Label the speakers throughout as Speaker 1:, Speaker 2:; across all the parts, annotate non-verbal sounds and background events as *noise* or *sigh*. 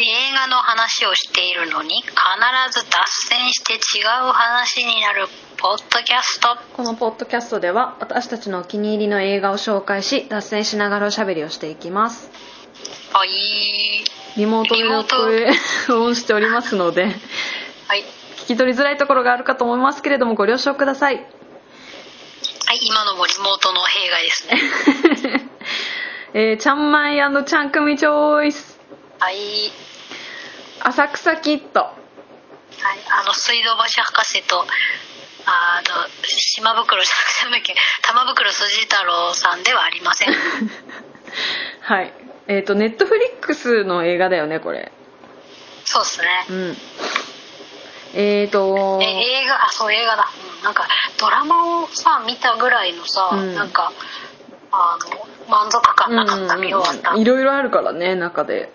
Speaker 1: 映画の話をしているのに必ず脱線して違う話になるポッドキャスト
Speaker 2: このポッドキャストでは私たちのお気に入りの映画を紹介し脱線しながらおしゃべりをしていきます
Speaker 1: はい
Speaker 2: リモートで
Speaker 1: リモート
Speaker 2: 録音しておりますので
Speaker 1: はい、
Speaker 2: 聞き取りづらいところがあるかと思いますけれどもご了承ください *laughs*
Speaker 1: はい、今のもリモートの弊害ですね
Speaker 2: えー、ちゃんまいちゃん組チョイス
Speaker 1: *laughs* はい
Speaker 2: 浅草キッド
Speaker 1: はい、あの水道橋博士とあの島袋じゃなくてなんだっけ玉袋筋太郎さんではありま *laughs* せん
Speaker 2: はいえっ、とネットフリックスの映画だよねこれ
Speaker 1: そうですね
Speaker 2: うんえっ、ー、と
Speaker 1: え映画あそう映画だ、うん、なんかドラマをさ見たぐらいのさ、
Speaker 2: うん
Speaker 1: なんかあの満足感なかった見終わった、
Speaker 2: うんうんうんいろいろあるからね中で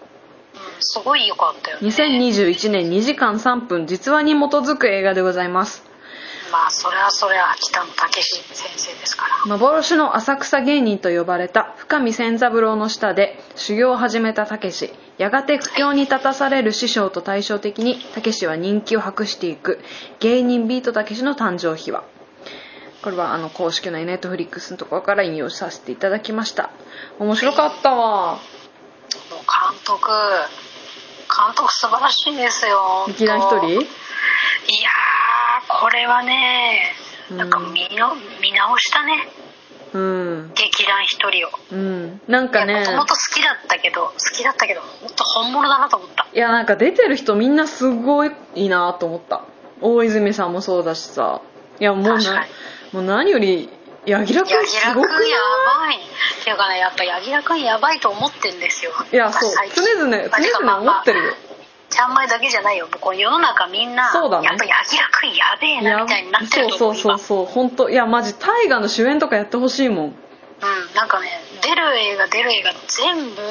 Speaker 1: うんすごい良かったよね
Speaker 2: 2021年2時間3分実話に基づく映画でございます
Speaker 1: まあそれはそれは北野武先生ですから
Speaker 2: 幻の浅草芸人と呼ばれた深見千三郎の下で修行を始めた武志やがて苦境に立たされる師匠と対照的に武志は人気を博していく芸人ビートたけしの誕生秘話これはあの公式のネットフリックスのところから引用させていただきました面白かったわ
Speaker 1: もう監督監督素晴らしいですよ
Speaker 2: 劇団ひとり
Speaker 1: いやーこれはねなんか見の、見直したね
Speaker 2: うん
Speaker 1: 劇団一人を
Speaker 2: うんなんかね
Speaker 1: もともと好きだったけど好きだったけどもっと本物だなと思った
Speaker 2: いやなんか出てる人みんなすごいいいなと思った大泉さんもそうだしさいやもうな
Speaker 1: 確かに
Speaker 2: もう何より柳楽
Speaker 1: 柳
Speaker 2: 君す
Speaker 1: 楽
Speaker 2: ごくない
Speaker 1: 君やばいっていうかねやっぱ柳楽君やばいと思ってんですよ
Speaker 2: いやそう
Speaker 1: 私
Speaker 2: 常
Speaker 1: 最近
Speaker 2: 々
Speaker 1: まあてか
Speaker 2: 常
Speaker 1: まあ
Speaker 2: 々思ってるよ
Speaker 1: ちゃんまいだけじゃないよもうこう世の中みんな
Speaker 2: そうだね
Speaker 1: やっぱ柳楽君やべえ
Speaker 2: いや
Speaker 1: なみたいになって
Speaker 2: そ
Speaker 1: ると
Speaker 2: うそ
Speaker 1: 思う
Speaker 2: うそうそう本当いやマジ大河の主演とかやってほしいもん
Speaker 1: 今うんなんかね出る映画出る映画全部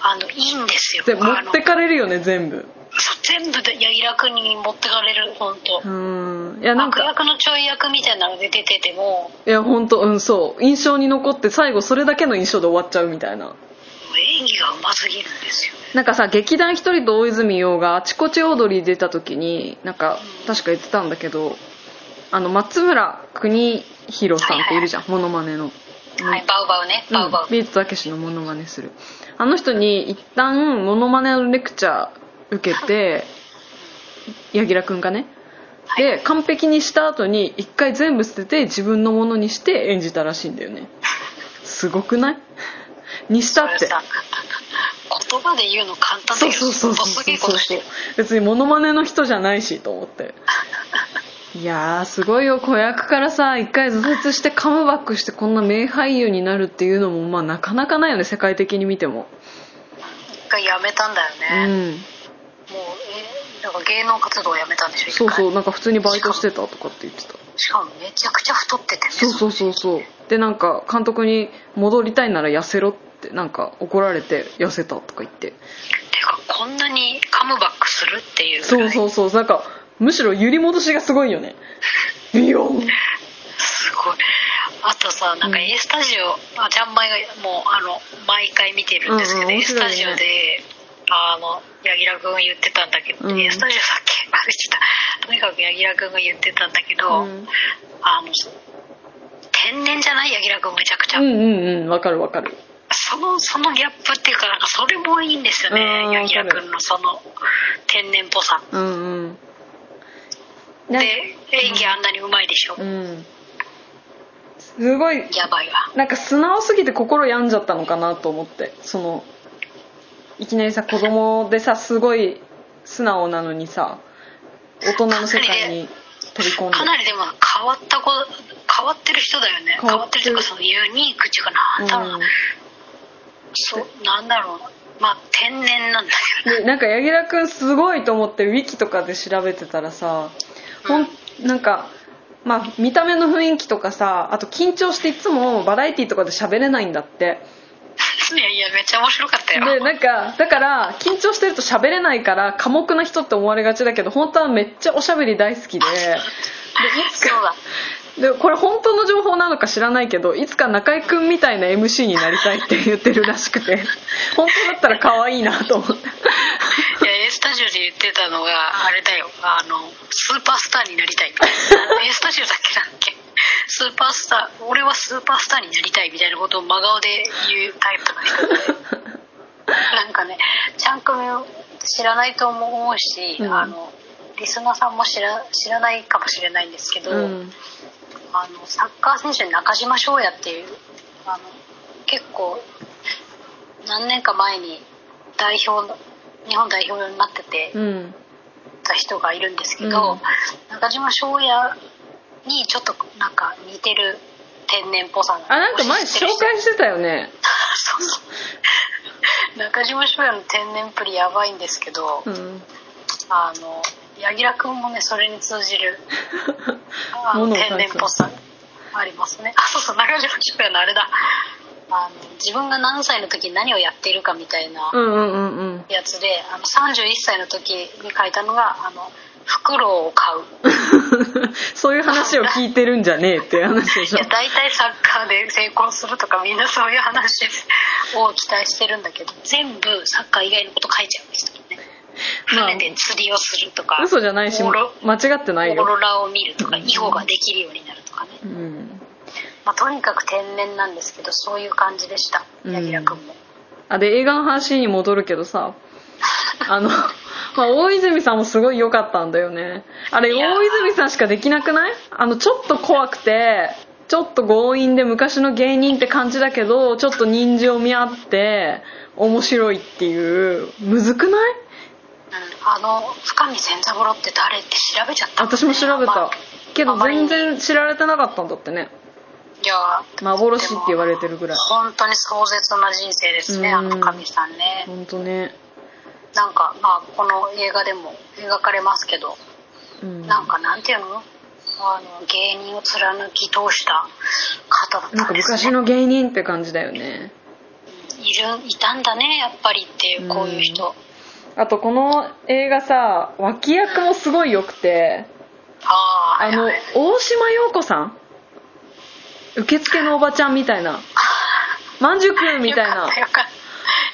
Speaker 1: あのいいんですよ
Speaker 2: で持
Speaker 1: あの
Speaker 2: ってかれるよね全部
Speaker 1: そう全部で柳楽君に持ってかれる本当
Speaker 2: う。ーんいやなん
Speaker 1: 悪
Speaker 2: か
Speaker 1: 役のちょい役みたいなので出てても
Speaker 2: いや本当うんそう印象に残って最後それだけの印象で終わっちゃうみたいな
Speaker 1: 演技がうますぎるんですよね
Speaker 2: なんかさ劇団ひとりと大泉洋が「あちこちオードリー」出た時になんか確か言ってたんだけどあの松村邦弘さんっているじゃんモノマネの、
Speaker 1: はいバウバウね
Speaker 2: うん
Speaker 1: バウバウ
Speaker 2: ビートたけしのモノマネするあの人に一旦モノマネのレクチャー受けて柳楽君がねで完璧にした後に一回全部捨てて自分のものにして演じたらしいんだ
Speaker 1: *laughs*
Speaker 2: よねすごくないにした
Speaker 1: こ
Speaker 2: っ
Speaker 1: れ
Speaker 2: て
Speaker 1: さ言葉で言うの簡単だ
Speaker 2: そう
Speaker 1: けど
Speaker 2: そうそうそう
Speaker 1: す
Speaker 2: そう
Speaker 1: げえことして
Speaker 2: そう
Speaker 1: る
Speaker 2: 別にモノマネの人じゃないしと思 *laughs* っていやーすごいよ子役からさ一回挫折してカムバックしてこんな名俳優になるっていうのもまあなかなかないよね世界的に見ても
Speaker 1: 一回やめたんだよ
Speaker 2: う
Speaker 1: ね、
Speaker 2: ん
Speaker 1: もうえなんか芸能活動をやめたんでしょ一
Speaker 2: そう
Speaker 1: 回
Speaker 2: そうなんか普通にバイトしてたとかって言ってた
Speaker 1: しかもめちゃくちゃ太っててね
Speaker 2: そうそうそうそうでなんか監督に戻りたいなら痩せろってなんか怒られて痩せたとか言って
Speaker 1: てかこんなにカムバックするっていうぐ
Speaker 2: そ
Speaker 1: ら
Speaker 2: う
Speaker 1: い
Speaker 2: そうそうなんかむしろ揺り戻しがすごい *laughs* よねビヨーン
Speaker 1: すごいあとさなんか
Speaker 2: うん
Speaker 1: A スタジオ、あジャンマイがもうあの毎回見てるんですけど、
Speaker 2: うんうん
Speaker 1: A
Speaker 2: 面
Speaker 1: ス
Speaker 2: 白い
Speaker 1: タ
Speaker 2: ね
Speaker 1: ジオであの柳楽君が言ってたんだけど、
Speaker 2: うん
Speaker 1: A スタジオだっけ忘れちゃったとにかく柳楽君が言ってたんだけど、
Speaker 2: うん
Speaker 1: あの天然じゃない柳楽君めちゃくちゃ、
Speaker 2: うんうんうんわかるわかる
Speaker 1: そのそのギャップっていうかなんかそれもいいんですよね
Speaker 2: うん
Speaker 1: 柳楽君のその天然っぽさ
Speaker 2: うんうん
Speaker 1: で
Speaker 2: なん
Speaker 1: 演技あんなにうまいでしょ、
Speaker 2: うんすごい
Speaker 1: やばいわ
Speaker 2: なんか素直すぎて心病んじゃったのかなと思ってそのいきなりさ子供でさすごい素直なのにさ大人の世界に飛び込んで
Speaker 1: かなりでも変わった子変わってる人だよね変
Speaker 2: 変
Speaker 1: わ
Speaker 2: わ
Speaker 1: っ
Speaker 2: ってて
Speaker 1: ると
Speaker 2: る
Speaker 1: いうかそのユニークっていうかなんだろうな、
Speaker 2: うん
Speaker 1: そうなんだろうなまあ天然なんだよね *laughs*
Speaker 2: でなんか柳楽君すごいと思ってウィキとかで調べてたらさほんなんか、まあ、見た目の雰囲気とかさあと緊張していつもバラエティーとかで喋れないんだって
Speaker 1: いやいやめっちゃ面白かったよ
Speaker 2: でなんかだから緊張してると喋れないから寡黙な人って思われがちだけど本当はめっちゃおしゃべり大好きで
Speaker 1: そうだ
Speaker 2: でこれ本当の情報なのか知らないけどいつか中居君みた *laughs* いな MC になりたいって言ってるらしくて本当だったら可愛いなと思って
Speaker 1: ジオで言ってたのがあれだよあのスーパースターになり
Speaker 2: *laughs*
Speaker 1: たいえスタジオだっけなんだっけスーパースター俺はスーパースターになりたいみたいなことを真顔で言うタイプの人で
Speaker 2: *laughs*
Speaker 1: なんかねちゃんくみを知らないと思うし、
Speaker 2: うん
Speaker 1: あのリスナーさんも知ら知らないかもしれないんですけど、
Speaker 2: うん
Speaker 1: あのサッカー選手の中島翔也っていうあの結構何年か前に代表の日本代表になってて
Speaker 2: うん
Speaker 1: た人がいるんですけど、
Speaker 2: うん
Speaker 1: 中島翔也にちょっとなんか似てる天然っぽさが
Speaker 2: あなんか前
Speaker 1: 推し
Speaker 2: 紹
Speaker 1: てる人
Speaker 2: 介してたよね
Speaker 1: そうそう中島翔也の天然っぷりやばいんですけど、
Speaker 2: うん
Speaker 1: あの柳楽君もねそれに通じ
Speaker 2: *laughs*
Speaker 1: るあ
Speaker 2: 物を書いて
Speaker 1: 天然っぽさありますねあ *laughs* そうそう中島翔也のあれだあの自分が何歳の時に何をやっているかみたいな
Speaker 2: うんうんうんうん *laughs*
Speaker 1: やつで、あの31歳の時に書いたのがあの袋を買う
Speaker 2: そういう話を聞いてるんじゃねえっていう話でし
Speaker 1: い
Speaker 2: ょ
Speaker 1: や大体サッカーで成功するとかみんなそういう話を期待してるんだけど全部サッカー以外のこと書いちゃうんですよね
Speaker 2: まあ
Speaker 1: 船で釣りをするとか
Speaker 2: 嘘じゃないし
Speaker 1: オー
Speaker 2: 間
Speaker 1: ロ
Speaker 2: 違ってない
Speaker 1: オーロ
Speaker 2: よ、
Speaker 1: ラを見るとか囲碁ができるようになるとかね、
Speaker 2: うん、
Speaker 1: まあ、とにかく天然なんですけどそういう感じでした
Speaker 2: うん
Speaker 1: 柳楽君も、
Speaker 2: あで映画の話に戻るけど
Speaker 1: *laughs*
Speaker 2: さあの、まあ、大泉さんもすごい良かったんだよねあれ
Speaker 1: いやー
Speaker 2: 大泉さんしかできなくないあのちょっと怖くてちょっと強引で昔の芸人って感じだけどちょっと人情味あって面白いっていうむずくない
Speaker 1: うん、あの深見千三郎って誰って調べちゃったもんね
Speaker 2: 私も調べ
Speaker 1: ま
Speaker 2: た
Speaker 1: あ
Speaker 2: けど
Speaker 1: あまり
Speaker 2: 全
Speaker 1: に
Speaker 2: 然知られてなかったんだってね
Speaker 1: いや
Speaker 2: 幻って言われてるぐらい
Speaker 1: 本当に壮絶な人生ですね
Speaker 2: うん
Speaker 1: あの深見さんね
Speaker 2: 本当ね
Speaker 1: なんかまあこの映画でも描かれますけど
Speaker 2: うん
Speaker 1: なんかなんていうのあの芸人を貫き通した方だっ
Speaker 2: なん
Speaker 1: た
Speaker 2: か
Speaker 1: んですね
Speaker 2: 昔の芸人って感じだよね
Speaker 1: いるいたんだねやっぱりっていうこういう人、
Speaker 2: うんあとこの映画さ脇役もすごい良くて
Speaker 1: ああ
Speaker 2: あの
Speaker 1: はいはい
Speaker 2: 大島陽子さん受付のおばちゃんみたいなまんじゅくみたいな
Speaker 1: よかっ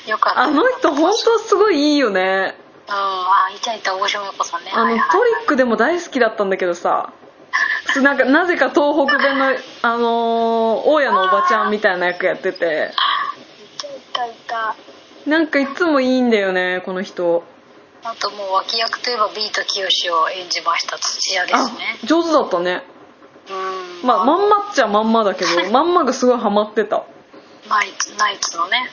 Speaker 1: たよかった
Speaker 2: あの人本当すごいいいよね
Speaker 1: うんあいたいた大島優子さんね
Speaker 2: あの
Speaker 1: はいはいはい
Speaker 2: トリックでも大好きだったんだけどさなんかなぜか東北弁の、あのー大家のおばちゃんみたいな役やって
Speaker 1: い
Speaker 2: て
Speaker 1: たいたいた
Speaker 2: なんかいつもいいんだよねこの人
Speaker 1: あともう脇役といえばビートきよしを演じました土屋で
Speaker 2: あ
Speaker 1: すね
Speaker 2: 上手だったね
Speaker 1: うん
Speaker 2: まあまんまっちゃまんまだけ
Speaker 1: *laughs*
Speaker 2: どまんまがすごいハマってた
Speaker 1: ナイツナイツのね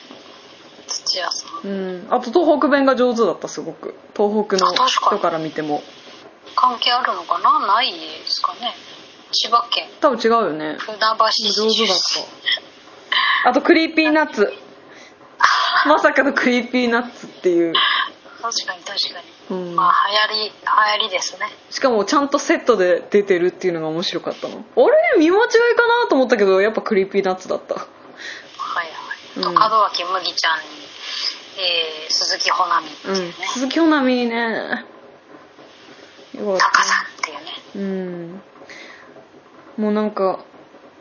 Speaker 1: 土屋さん
Speaker 2: うんあと東北弁が上手だったすごく東北の
Speaker 1: あ確かに
Speaker 2: 人から見ても
Speaker 1: 関係あるのかなないですかね千葉県
Speaker 2: 多分違うよ
Speaker 1: *laughs*
Speaker 2: ね
Speaker 1: 船橋市
Speaker 2: 上手だっ
Speaker 1: 出身
Speaker 2: たあとクリーピーナッツまさかのクリーピーナッツっていう、
Speaker 1: 確かに確かに、
Speaker 2: うん、
Speaker 1: まあ流行り流行りですね
Speaker 2: しかもちゃんとセットで出てるっていうのが面白かったのあれ見間違いかなと思ったけどやっぱクリーピーナッツだった
Speaker 1: はいはい、と
Speaker 2: うん
Speaker 1: 門脇麦ちゃんに、えー鈴木保奈美って
Speaker 2: う
Speaker 1: いうんね、
Speaker 2: 鈴木保奈美ねよかっ
Speaker 1: 高さ
Speaker 2: た
Speaker 1: んっていうね
Speaker 2: うんもうなんか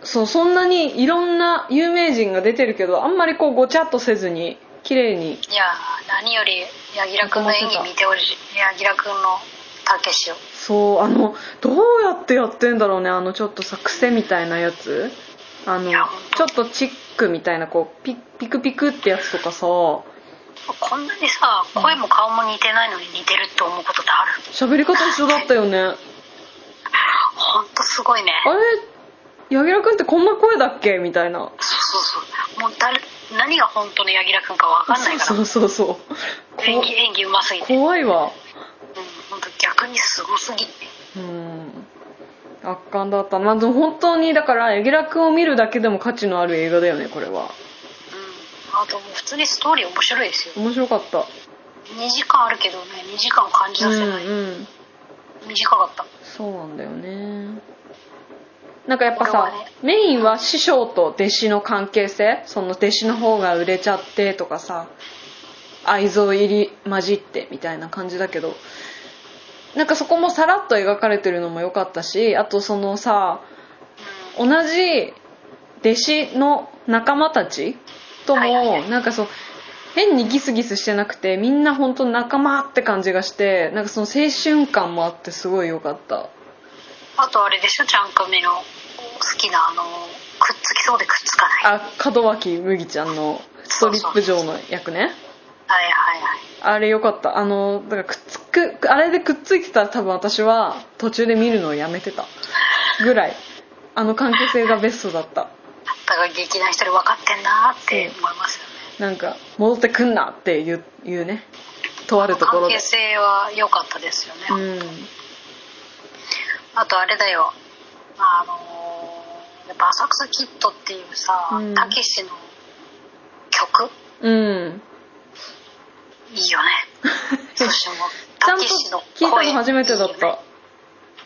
Speaker 2: そうそんなにいろんな有名人が出てるけどあんまりこうごちゃっとせずに綺麗
Speaker 1: い
Speaker 2: に
Speaker 1: やー何より柳楽君の演技見てほしい柳楽君のたけしを
Speaker 2: そうあのどうやってやってんだろうねあのちょっとさ癖みたいなやつあの
Speaker 1: い
Speaker 2: ち
Speaker 1: や
Speaker 2: ょっとチックみたいなこうピピクピクってやつとかさ
Speaker 1: こんなにさ声も顔も似てないのに似てるって思うことってある
Speaker 2: 喋り方一緒だったよねあ
Speaker 1: ほんとすごいね
Speaker 2: れ柳楽君ってこんな声だっけみたいな
Speaker 1: そうそうそうもう誰何が本当の柳楽君か分かんないから
Speaker 2: そうそうそうそう
Speaker 1: 演技演技うますぎ
Speaker 2: こ
Speaker 1: て、うん、
Speaker 2: 怖いわ
Speaker 1: 本当逆にすごすぎ
Speaker 2: うん圧巻だったまあでも本当にだから柳楽君を見るだけでも価値のある映画だよねこれは
Speaker 1: うんあともう普通にストーリー面白いですよ
Speaker 2: 面白かった
Speaker 1: 2時間あるけどね2時間を感じさ
Speaker 2: うん
Speaker 1: せ
Speaker 2: う
Speaker 1: ない、
Speaker 2: ん
Speaker 1: 短かった
Speaker 2: そうなんだよねなんかやっぱ
Speaker 1: これ
Speaker 2: さ、
Speaker 1: はね
Speaker 2: メインは師匠と弟子の関係性その弟子の方が売れちゃってとかさ愛憎入り混じってみたいな感じだけどなんかそこもさらっと描かれてるのも良かったしあとそのさ同じ弟子の仲間たちと
Speaker 1: はいはいは
Speaker 2: も
Speaker 1: い
Speaker 2: なんかそう変にギスギスしてなくてみんな本当仲間って感じがしてなんかその青春感もあってすごい良かった
Speaker 1: あとあれでしょちゃんくみの好きなあのくっつきそうでくっつかない
Speaker 2: あ門脇麦ちゃんのストリップ嬢の役ね
Speaker 1: はいはいはい
Speaker 2: あれ良かったあのだからくっつくあれでくっついてたら多分私は途中で見るのをやめてたぐらいあの関係性がベストだった
Speaker 1: だから劇団一人分かってんなーって思いますよね
Speaker 2: なんか戻ってくんなっていういうねとあるとこ
Speaker 1: 関
Speaker 2: ろで
Speaker 1: 係性は良かったですよね、
Speaker 2: うん
Speaker 1: あとあれだよあのーやっぱ浅草キッドっていうさ
Speaker 2: うん
Speaker 1: たけしの曲
Speaker 2: うん
Speaker 1: いい
Speaker 2: *laughs*
Speaker 1: よねそしてもう
Speaker 2: ちゃ
Speaker 1: た
Speaker 2: んと
Speaker 1: けしの
Speaker 2: 聞いた
Speaker 1: 声
Speaker 2: の初めてだっ
Speaker 1: いいよね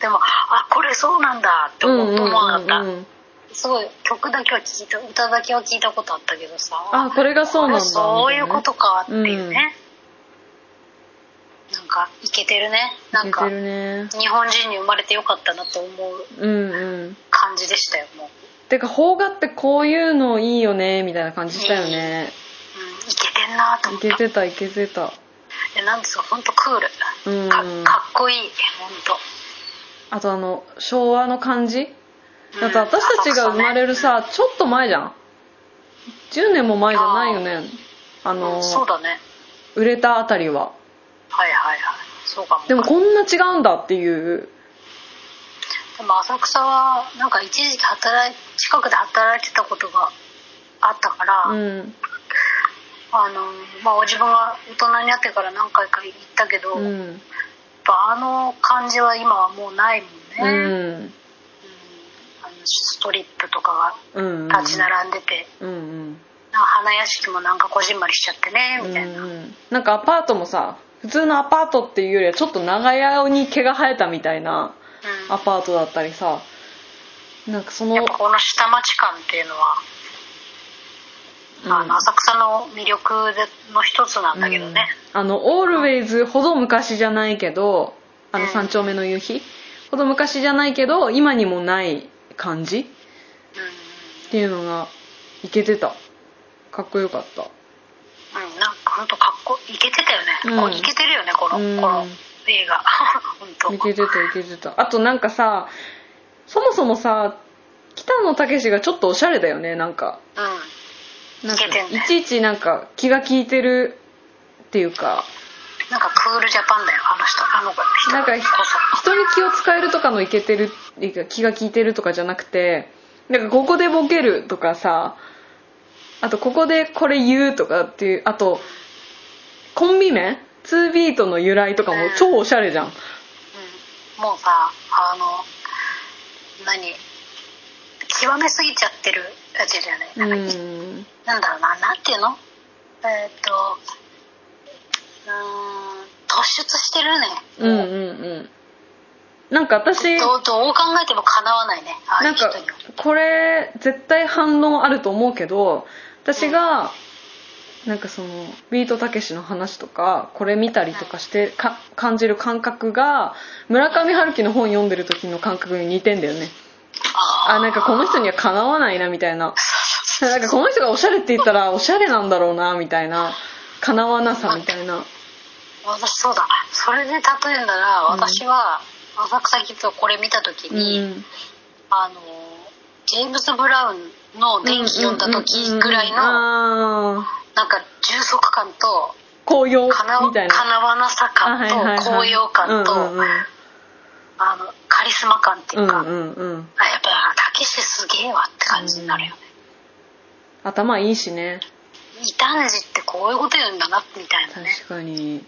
Speaker 2: た
Speaker 1: でもあこれそうなんだって思思わなかった、
Speaker 2: うんうんうんうん
Speaker 1: すごい曲だけは聞いた歌だけは聞いたことあったけどさ
Speaker 2: あこれがそうなんだ
Speaker 1: これそういうことかっていうね、
Speaker 2: うん
Speaker 1: なんかいけてるねなん
Speaker 2: いけ
Speaker 1: か
Speaker 2: てるね
Speaker 1: 日本人に生まれてよかったなと思う
Speaker 2: うんうん
Speaker 1: 感じでしたよもう、
Speaker 2: てか邦画ってこういうのいいよねみたいな感じしたよね
Speaker 1: うん、いけてんなと
Speaker 2: い
Speaker 1: 思った
Speaker 2: けてたいけてた
Speaker 1: えなんですか本当クール
Speaker 2: うん
Speaker 1: かかっこいい本
Speaker 2: あとあの昭和の感じ
Speaker 1: 当
Speaker 2: だって私たちが生まれるさ、ちょっと前じゃん10年も前じゃないよねあ
Speaker 1: あ
Speaker 2: の
Speaker 1: そうだね
Speaker 2: 売れたあたりは
Speaker 1: はいはいはいそうかも
Speaker 2: でもこんな違うんだっていう
Speaker 1: でも浅草はなんか一時期働い近くで働いてたことがあったから、
Speaker 2: うん
Speaker 1: あのまあお自分が大人になってから何回か行ったけど、
Speaker 2: う
Speaker 1: やっ
Speaker 2: ん
Speaker 1: ぱあの感じは今はもうないもんね、
Speaker 2: う
Speaker 1: うん
Speaker 2: ん
Speaker 1: あのストリップとか
Speaker 2: うん
Speaker 1: が立ち並んでて、
Speaker 2: うんうん
Speaker 1: なんか花屋敷もなんかこじんまりしちゃってねみたいな、
Speaker 2: うんうん、なんかアパートもさ普通のアパートっていうよりはちょっと長屋に毛が生えたみたいな
Speaker 1: うん
Speaker 2: アパートだったりさなんかその
Speaker 1: やっぱこの下町感っていうのは、あの
Speaker 2: うん
Speaker 1: 浅草の魅力での一つなんだけどね、
Speaker 2: うんあのオールウェイズほど昔じゃないけどあの
Speaker 1: うん
Speaker 2: 三丁目の夕日ほど昔じゃないけど今にもない感じっ
Speaker 1: う
Speaker 2: ていうのがいけてたかっこよかった
Speaker 1: んうん、なんか本当かっこいけてたよね、
Speaker 2: うん
Speaker 1: こういけてるよねこの,、
Speaker 2: うん
Speaker 1: この映画 *laughs* 本当
Speaker 2: いけてたいけてたあとなんかさそもそもさ北野武がちょっとおしゃれだよねなんか
Speaker 1: うん
Speaker 2: なんか
Speaker 1: いけてんね
Speaker 2: いちいちなんか気が利いてるっていうか
Speaker 1: なんかクールジャパンだよあの人あの人
Speaker 2: なんかひ
Speaker 1: こそ
Speaker 2: 人に気を使えるとかのいけてるっていうか気が利いてるとかじゃなくてなんかここでボケるとかさあとここでこれ言うとかっていうあとコンビ名2ビートの由来とかも超おしゃれじゃん
Speaker 1: うん、もうさあの何極めすぎちゃってるあ違う
Speaker 2: う
Speaker 1: 違うね、なんか
Speaker 2: ん
Speaker 1: なんだろうななんていうのえーっとうーん突出してるね
Speaker 2: うんうんうんなんか私
Speaker 1: どうどう考えてもかなわないねああい
Speaker 2: な
Speaker 1: うん人
Speaker 2: か
Speaker 1: には
Speaker 2: これ絶対反論あると思うけど私がなんかそのビートたけしの話とかこれ見たりとかしてか感じる感覚が村上春樹の本読んでる時の感覚に似てんだよねあなんかこの人にはかなわないなみたいななんかこの人がおしゃれって言ったらおしゃれなんだろうなみたいなかなわなさみたいな
Speaker 1: 私そうだそれで例えるなら
Speaker 2: うん
Speaker 1: 私は浅草キッドをこれ見た時
Speaker 2: う
Speaker 1: に、
Speaker 2: ん
Speaker 1: あのジェームズ・ブラウンの「電気」読んだ時ぐらい
Speaker 2: うんうん
Speaker 1: の
Speaker 2: うんあ
Speaker 1: なんか充足感と
Speaker 2: ー紅葉
Speaker 1: かな
Speaker 2: みたいな
Speaker 1: かなわなさ
Speaker 2: あ
Speaker 1: 感
Speaker 2: はい
Speaker 1: と
Speaker 2: はいはい
Speaker 1: 高揚感と、
Speaker 2: うんうんうん
Speaker 1: あのカリスマ感って
Speaker 2: う
Speaker 1: いうんか、
Speaker 2: うんうん
Speaker 1: あやっぱたけしすげえわって感じになるよね、
Speaker 2: 頭いいしね
Speaker 1: 異端児ってこういうこと言うんだなみたいなね
Speaker 2: 確かに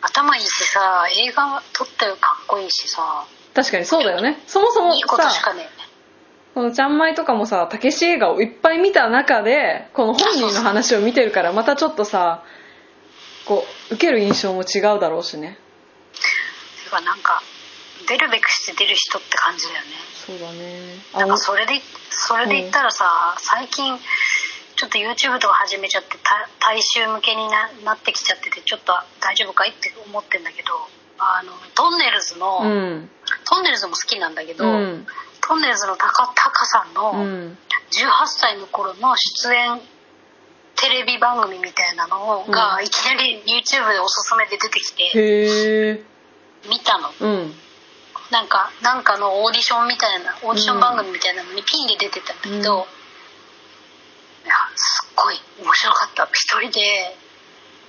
Speaker 1: 頭いいしさ映画撮ってるかっこいいしさ
Speaker 2: 確かにそうだよねそもそも
Speaker 1: いいことし
Speaker 2: さ
Speaker 1: かねえね
Speaker 2: このちゃんまいとかもさたけし映画をいっぱい見た中でこの本人の話を見てるからまたちょっとさこう受ける印象も違うだろうしね
Speaker 1: ていうかなんか出るべくして出る人って感じだよね
Speaker 2: そうだね
Speaker 1: な
Speaker 2: あ
Speaker 1: んかそれでそれで言ったらさ、最近ちょっと YouTube とか始めちゃってた大衆向けにななってきちゃっててちょっと大丈夫かいって思ってんだけどあのトンネルズの、
Speaker 2: おうん
Speaker 1: トンネルズも好きなんだけど、
Speaker 2: うん
Speaker 1: トンネルズのタカタカさんの
Speaker 2: うん
Speaker 1: 18歳の頃の出演テレビ番組みたいなのをが、
Speaker 2: うん
Speaker 1: いきなり YouTube でおすすめで出てきて
Speaker 2: へえ
Speaker 1: 見たの
Speaker 2: うん
Speaker 1: なんかなんかのオーディションみたいなオーディション番組みたいなのにピンで出てたんだけど、
Speaker 2: うん
Speaker 1: いやすっごい面白かった一人で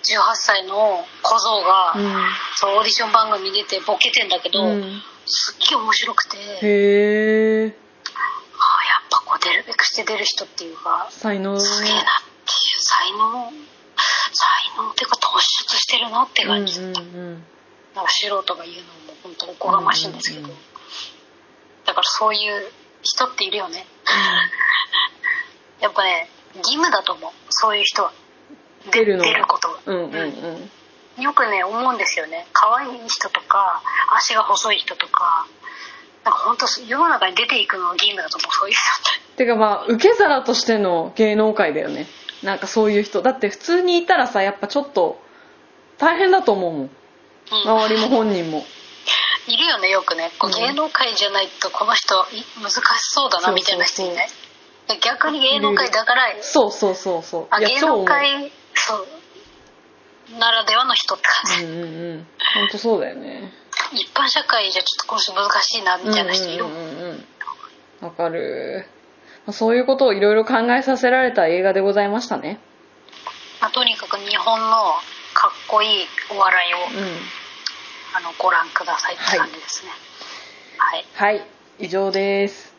Speaker 1: 18歳の小僧が、そうオーディション番組に出てボケてんだけど、
Speaker 2: うん、うん、
Speaker 1: すっげえ面白くてああやっ
Speaker 2: へえ
Speaker 1: ぱこう出るべくして出る人っていうか
Speaker 2: 才能
Speaker 1: すげえなっていう才能才能っていうか突出してるなって
Speaker 2: うんうん
Speaker 1: 感じ、なんか
Speaker 2: うん
Speaker 1: 素人が言うのも本当おこがましいんですけど、
Speaker 2: うんうんうん
Speaker 1: だからそういう人っているよねやっぱね義務だと思うそういう人は
Speaker 2: 出るの
Speaker 1: 出ることが、
Speaker 2: うんうんうん
Speaker 1: よくね思うんですよね可愛い人とか足が細い人とかなんか本当世の中に出ていくのが義務だと思うそういう人って
Speaker 2: てかまあ受け皿としての芸能界だよねなんかそういう人だって普通にいたらさやっぱちょっと大変だと思うもん
Speaker 1: うん
Speaker 2: 周りも本人も
Speaker 1: いるよねよくねこう
Speaker 2: うん
Speaker 1: 芸能界じゃないとこの人い難しそうだなみたいな人いないで逆に芸能界だから
Speaker 2: そうそうそうそ
Speaker 1: あ
Speaker 2: うい
Speaker 1: 芸
Speaker 2: 超
Speaker 1: 能
Speaker 2: 思う
Speaker 1: 界そうならではの人って感
Speaker 2: うんうんうん本当そうだよね
Speaker 1: じ、一般社会じゃちょっとこの人難しいなみたいな人いる
Speaker 2: う
Speaker 1: もん
Speaker 2: んうんうんうんわかるまあそういうことをいろいろ考えさせられた映画でございましたね
Speaker 1: まあとにかく日本のかっこいいお笑いを、
Speaker 2: うん
Speaker 1: あのご覧くださいって感じですねはい
Speaker 2: はい以上です